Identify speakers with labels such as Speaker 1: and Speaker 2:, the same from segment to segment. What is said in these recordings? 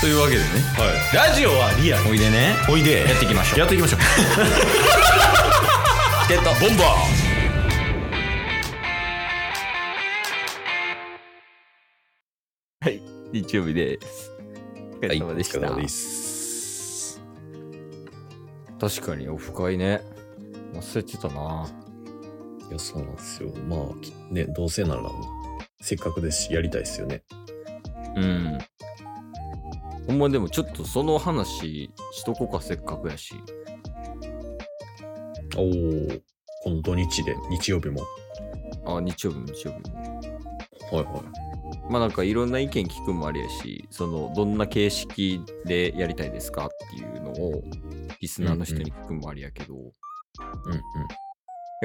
Speaker 1: というわけでね
Speaker 2: ラジオはリアル
Speaker 1: おいでね
Speaker 2: おいで
Speaker 1: やっていきましょう
Speaker 2: やっていきましょう
Speaker 1: チケットボンバーはい日曜日ですお疲れ様でした、
Speaker 2: お疲れ様です
Speaker 1: 確かにオフ会ね忘れてたない
Speaker 2: やそうなんですよまあきねどうせならせっかくですしやりたいですよね
Speaker 1: うんほんまでもちょっとその話しとこうかせっかくやし
Speaker 2: おおこの土日で日曜日も
Speaker 1: あ日曜日も日曜日も
Speaker 2: はいは
Speaker 1: まあなんかいろんな意見聞くもありやし、そのどんな形式でやりたいですかっていうのをリスナーの人に聞くもありやけど、
Speaker 2: いうんうん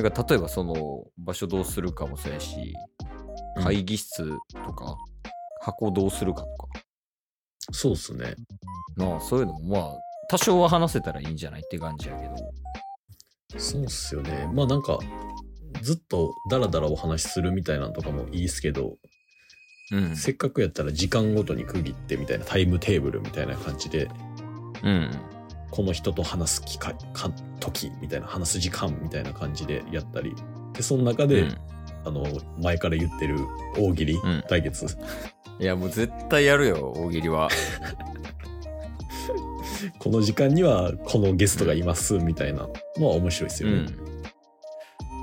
Speaker 1: なんか例えばその場所どうするかもそうやし、
Speaker 2: うん
Speaker 1: 会議室とか、箱どうするかとか、
Speaker 2: そうっすね
Speaker 1: なあそういうのもまあ多少は話せたらいいんじゃないって感じやけど、
Speaker 2: そうっすよねまあなんかずっとダラダラお話しするみたいなのとかもいいっすけど、
Speaker 1: うん
Speaker 2: せっかくやったら時間ごとに区切ってみたいなタイムテーブルみたいな感じで
Speaker 1: うん。
Speaker 2: この人と話す機会か時みたいな話す時間みたいな感じでやったりでその中で、
Speaker 1: うん
Speaker 2: あの前から言ってる大喜利、
Speaker 1: ん
Speaker 2: 対決
Speaker 1: いやもう絶対やるよ、大喜利は。
Speaker 2: この時間にはこのゲストがいますみたいなのは面白いですよね、
Speaker 1: うん。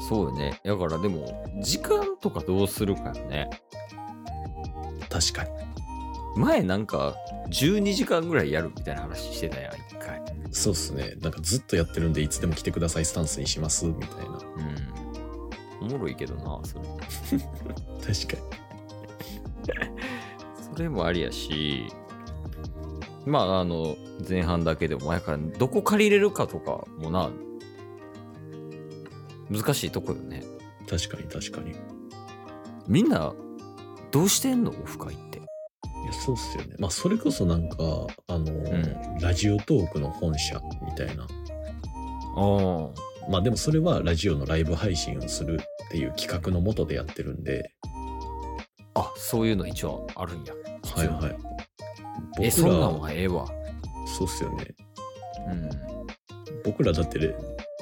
Speaker 1: そうよね。だからでも、時間とかどうするかよね。
Speaker 2: 確かに
Speaker 1: 前なんか12時間ぐらいやるみたいな話してたやん一回
Speaker 2: そうですねなんかずっとやってるんでいつでも来てくださいスタンスにしますみたいな
Speaker 1: うんおもろいけどなそれ
Speaker 2: 確か
Speaker 1: それもありやしまああの前半だけでも前からどこ借りれるかとかもな難しいとこよね
Speaker 2: に確かに確かにい
Speaker 1: みんなどうしてんのオフ会って
Speaker 2: やそうっすよねまあそれこそなんかあの、
Speaker 1: ん
Speaker 2: ラジオトークの本社みたいな
Speaker 1: あ
Speaker 2: まあでもそれはラジオのライブ配信をするっていう企画のもとでやってるんで
Speaker 1: ああそういうの一応あるんや
Speaker 2: はいはい僕
Speaker 1: え
Speaker 2: ら
Speaker 1: そんなんはええわ
Speaker 2: そうっすよね
Speaker 1: うん
Speaker 2: 僕らだってね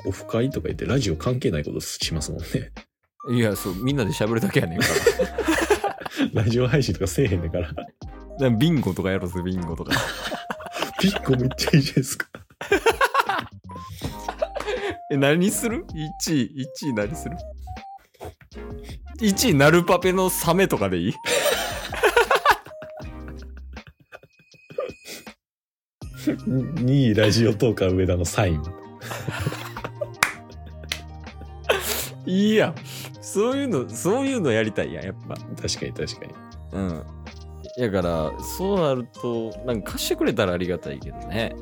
Speaker 2: オフ会とか言ってラジオ関係ないことしますもんね
Speaker 1: いやそうみんなで喋るだけやねんから
Speaker 2: ラジオ配信とかせえへんだから
Speaker 1: だからビンゴとかやろうぜビンゴとか
Speaker 2: ピッコめっちゃいいじゃないです か。
Speaker 1: え、何する ?1 位、1位何する ?1 位、ナルパペのサメとかでいい
Speaker 2: 2位ラジオトーカー上田のサイン。
Speaker 1: いいやん。そういうの、そういうのやりたいやん、やっぱ。
Speaker 2: 確かに確かに。
Speaker 1: うん。やから、そうなると、なんか貸してくれたらありがたいけどね。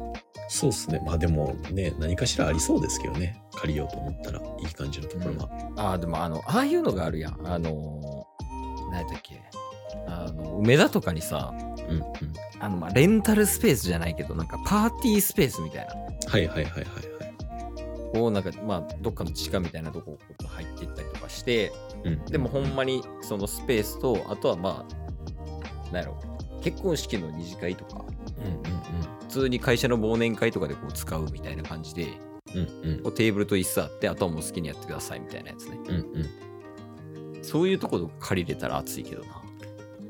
Speaker 2: そうっすね。まあでもね、何かしらありそうですけどね。借りようと思ったらいい感じのところは。
Speaker 1: ああ、でも、あの、ああいうのがあるやん。あのー、何やったっけ。あの、梅田とかにさ、
Speaker 2: うんうん。
Speaker 1: あの、まあ、レンタルスペースじゃないけど、なんかパーティースペースみたいな。
Speaker 2: はいはいはいはいはい。
Speaker 1: こうなんかまあどっかの地下みたいなとこをこう入っていったりとかして
Speaker 2: うん、
Speaker 1: でもほんまにそのスペースとあとはまあなんやろ結婚式の二次会とか
Speaker 2: うんう
Speaker 1: 普通に会社の忘年会とかでこう使うみたいな感じで
Speaker 2: んうん。うんうん
Speaker 1: こうテーブルと椅子あってあとはもう好きにやってくださいみたいなやつね
Speaker 2: うんうん。
Speaker 1: そういうところ借りれたら熱いけどな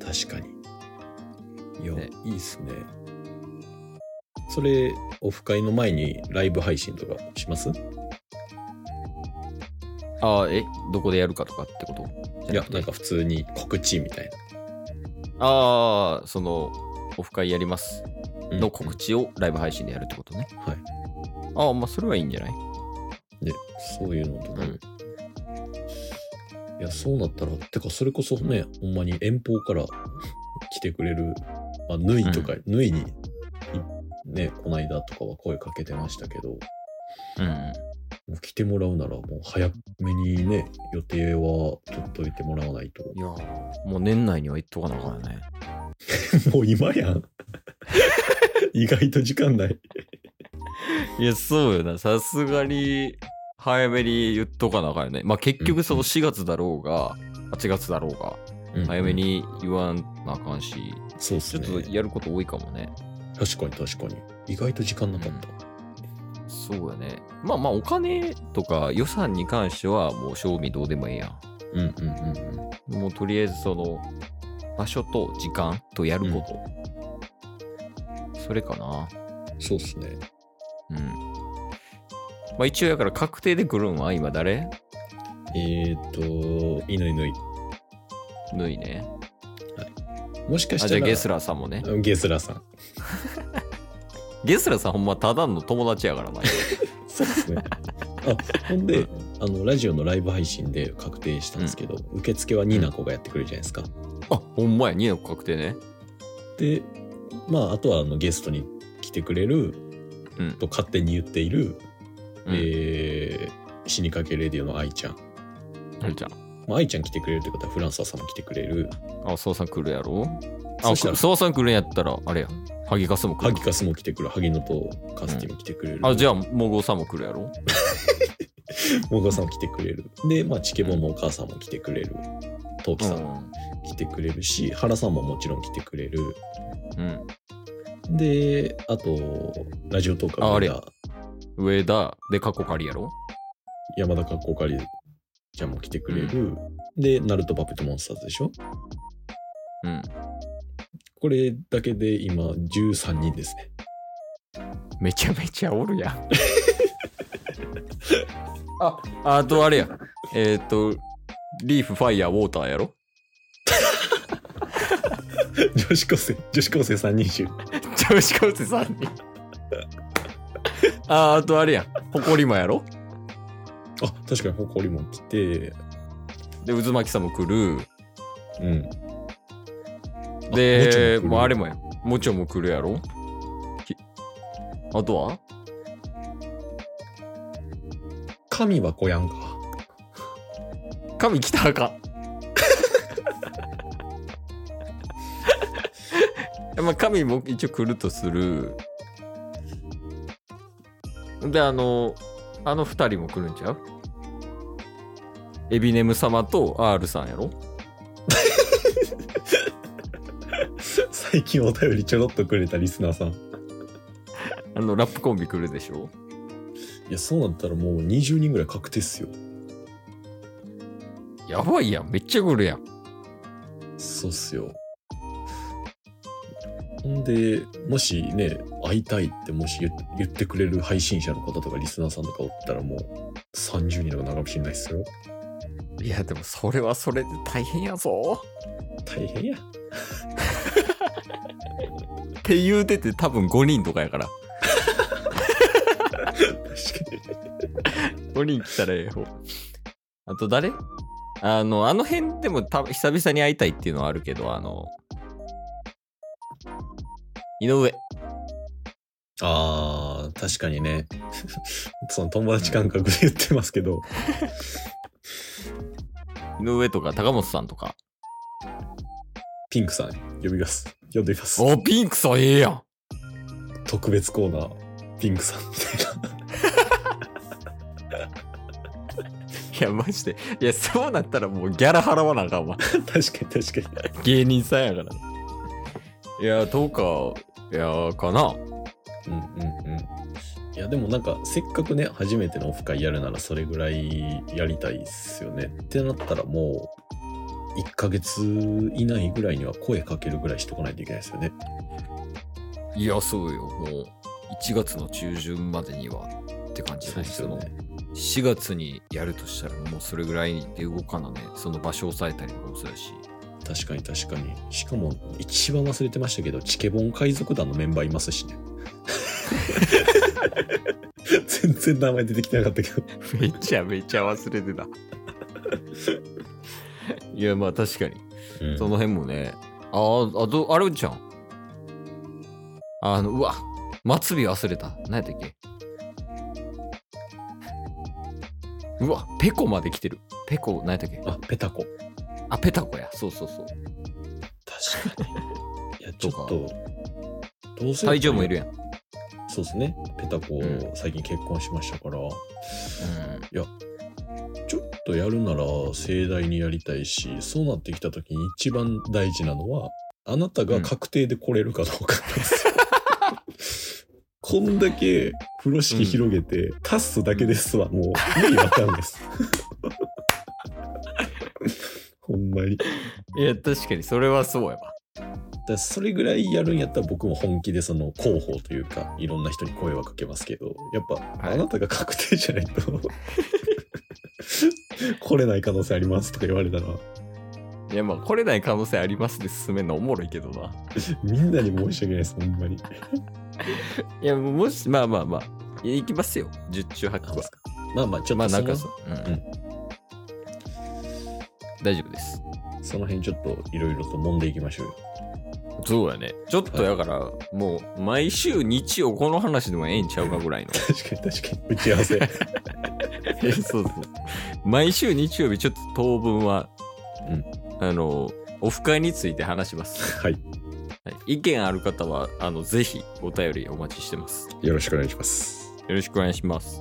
Speaker 2: 確かに。いや、
Speaker 1: ね
Speaker 2: いいっすね。それ、オフ会の前にライブ配信とかします
Speaker 1: ああえどこでやるかとかってこと
Speaker 2: い
Speaker 1: じゃ
Speaker 2: や
Speaker 1: な、くて
Speaker 2: なんか普通に告知みたい
Speaker 1: ああそのオフ会やります
Speaker 2: な。
Speaker 1: の告知をライブ配信でやるってことね、
Speaker 2: はい
Speaker 1: ああまあそれはいいんじゃない
Speaker 2: ね、そういうのとか、
Speaker 1: うん
Speaker 2: いやそうなったらてかそれこそねほんまに遠方から来てくれる、まあ、縫いとか、縫いにいねこないだとかは声かけてましたけども
Speaker 1: うん
Speaker 2: う来てもらうならもう早めにね予定は取っといてもらわないと
Speaker 1: いやーもう年内には行っとかなあかんよね。
Speaker 2: もう今やん 意外と時間ない
Speaker 1: いや、そうよな。さすがに、早めに言っとかなあかんよね。まあ、結局、その4月だろうが、8月だろうが、早めに言わなあかんし、
Speaker 2: そうっ
Speaker 1: ち
Speaker 2: す
Speaker 1: ょっ
Speaker 2: ね
Speaker 1: とやること多いかもね。
Speaker 2: 確かに確かに。意外と時間なかった。
Speaker 1: そうやね。まあまあ、お金とか予算に関しては、もう賞味どうでもええやん。
Speaker 2: うんうんうんうん。
Speaker 1: もうとりあえずその場所と時間とやること、それかな
Speaker 2: そうっすね。
Speaker 1: うんまあ一応やから確定で来るんは今誰
Speaker 2: えっ、ー、と、いぬいぬい。
Speaker 1: ぬいね
Speaker 2: もしか
Speaker 1: あ
Speaker 2: し
Speaker 1: じゃ
Speaker 2: た
Speaker 1: あ
Speaker 2: ら、
Speaker 1: ゲスラーさんもね
Speaker 2: うんゲスラさん。
Speaker 1: ゲスラーさんほんまただの友達やからな
Speaker 2: そうですね。あほんで、あのラジオのライブ配信で確定したんですけど、受付はニナコがやってくれるじゃないですか。
Speaker 1: あほんまや2の確定ね
Speaker 2: で、まあ、あとはあのゲストに来てくれる、
Speaker 1: うん
Speaker 2: と勝手に言っている、
Speaker 1: うん
Speaker 2: えー死にかけレディオの愛ちゃん。
Speaker 1: あれじゃ
Speaker 2: まあ、愛ちゃん来てくれるということはフランサさんも来てくれる。
Speaker 1: んあそうさん来るやろ
Speaker 2: そ
Speaker 1: あ
Speaker 2: したら
Speaker 1: そうさん来るんやったらあれやハギカスも来
Speaker 2: ハ
Speaker 1: る
Speaker 2: ギカスも来てくる。ハギノとカスティも来てくれる。
Speaker 1: あじゃあモゴさんも来るやろ
Speaker 2: モガさんも来てくれる。で、まあ、チケボンのお母さんも来てくれる。トウキさんも来てくれるし、原さんももちろん来てくれる。
Speaker 1: うん
Speaker 2: で、あと、ラジオトーク
Speaker 1: ああ
Speaker 2: は
Speaker 1: れ上田で過去借りやろ
Speaker 2: 山田かっこかりちゃんも来てくれる。で、ナルトパペットモンスターズでしょ
Speaker 1: うん
Speaker 2: これだけで今13人ですね。
Speaker 1: めちゃめちゃおるやん。 あ、あとあれや。えっ、と、リーフ、ファイヤー、ウォーターやろ
Speaker 2: 女子高生、女子高生3人衆。
Speaker 1: 女子高生3人。 あ、あとあれやん。ホコリマやろ
Speaker 2: あ、確かに誇りも来て、
Speaker 1: で、渦巻きさんも来る。
Speaker 2: うん。
Speaker 1: で、
Speaker 2: もちろん来る
Speaker 1: もうあれもやん。もちょも来るやろきあとは
Speaker 2: 神はこやんか。
Speaker 1: 神来たらあかんまあ神も一応来るとするであのあの二人も来るんちゃうエビネム様と R さんやろ
Speaker 2: 最近お便りちょろっとくれたリスナーさん。
Speaker 1: あのラップコンビ来るでしょ
Speaker 2: いや、そうなったらもう20人ぐらい確定っすよ。
Speaker 1: やばいやんめっちゃ来るやん
Speaker 2: そうっすよ。ほんで、もしね、会いたいってもし言言ってくれる配信者の方とかリスナーさんとかおったらもう30人とかなるかもしれないっすよ。
Speaker 1: いやでもそれはそれで大変やぞ
Speaker 2: 大変や。
Speaker 1: って言うてて多分5人とかやから
Speaker 2: 確か
Speaker 1: 5人来たらええ方あと誰あの、あの辺でもた久々に会いたいっていうのはあるけど、あの、井上。
Speaker 2: あー、確かにね。 その友達感覚で言ってますけど。
Speaker 1: 井上とか高本さんとか。
Speaker 2: ピンクさん呼びます。呼んでみます。
Speaker 1: お、ピンクさんええやん。
Speaker 2: 特別コーナー、ピンクさんみたいな。
Speaker 1: いや、マジで。いや、そうなったらもうギャラ払わなあかんわ。
Speaker 2: 確かに確かに。
Speaker 1: 芸人さんやから。いや、どうか、いや、かな。
Speaker 2: うんうんうん。いやでもなんかせっかくね初めてのオフ会やるならそれぐらいやりたいっすよねってなったらもう1ヶ月以内ぐらいには声かけるぐらいしとかないといけないですよね
Speaker 1: いや、そうよ。もう、1月の中旬までにはって感じですよね。4月にやるとしたらもうそれぐらいで動かなねその場所を押さえたりとかもそうやし
Speaker 2: 確かに確かにしかも一番忘れてましたけどチケボン海賊団のメンバーいますしね全然名前出てきてなかったけど
Speaker 1: めちゃめちゃ忘れてた いやまあ確かに、その辺もねあーあどあれじゃんあのうわ末尾忘れた何やったっけうわペコまで来てるペコ何やったっけ
Speaker 2: あペタコ
Speaker 1: あペタコやそうそうそう
Speaker 2: 確かにいやちょっ
Speaker 1: と
Speaker 2: とどうせ
Speaker 1: 体調もいるやん、うん、
Speaker 2: そうですね。ペタコ
Speaker 1: うん、
Speaker 2: 最近結婚しましたから、ちょっとやるなら盛大にやりたいし、そうなってきた時に一番大事なのは、あなたが確定で来れるかどうかなんですよ。 こんだけ風呂敷広げて、タッソだけですわ。もう、意味わかんな いです。ほんまに。だか
Speaker 1: いや、確かにそれはそうやわ。
Speaker 2: らそれぐらいやるんやったら僕も本気でその広報というか、いろんな人に声はかけますけど、やっぱ、
Speaker 1: い
Speaker 2: あなたが確定じゃないと、来れない可能性ありますとか言われたら、
Speaker 1: いや、まあ、来れない可能性ありますで進めるのおもろいけどな。
Speaker 2: みんなに申し訳ないです、ほんまに。
Speaker 1: いや、もし、まあまあまあ、いや行きますよ。十中八九は。
Speaker 2: まあまあ、ちょっ
Speaker 1: まあ、
Speaker 2: と
Speaker 1: な
Speaker 2: そ
Speaker 1: んかそ
Speaker 2: の
Speaker 1: う。うん
Speaker 2: うん
Speaker 1: 大丈夫です。
Speaker 2: その辺ちょっといろいろと揉んでいきましょうよ。
Speaker 1: そうやね。ちょっと
Speaker 2: は
Speaker 1: だから、もう、毎週日曜この話でもええんちゃうかぐらいの。
Speaker 2: 確かに確かに。打ち合わ せ。
Speaker 1: えそうそう。毎週日曜日、ちょっと当分は、
Speaker 2: うん
Speaker 1: あの、オフ会について話します。
Speaker 2: はい。
Speaker 1: はい意見ある方は、あの、ぜひお便りお待ちしてます。
Speaker 2: よろしくお願いします。
Speaker 1: よろしくお願いします。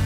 Speaker 3: す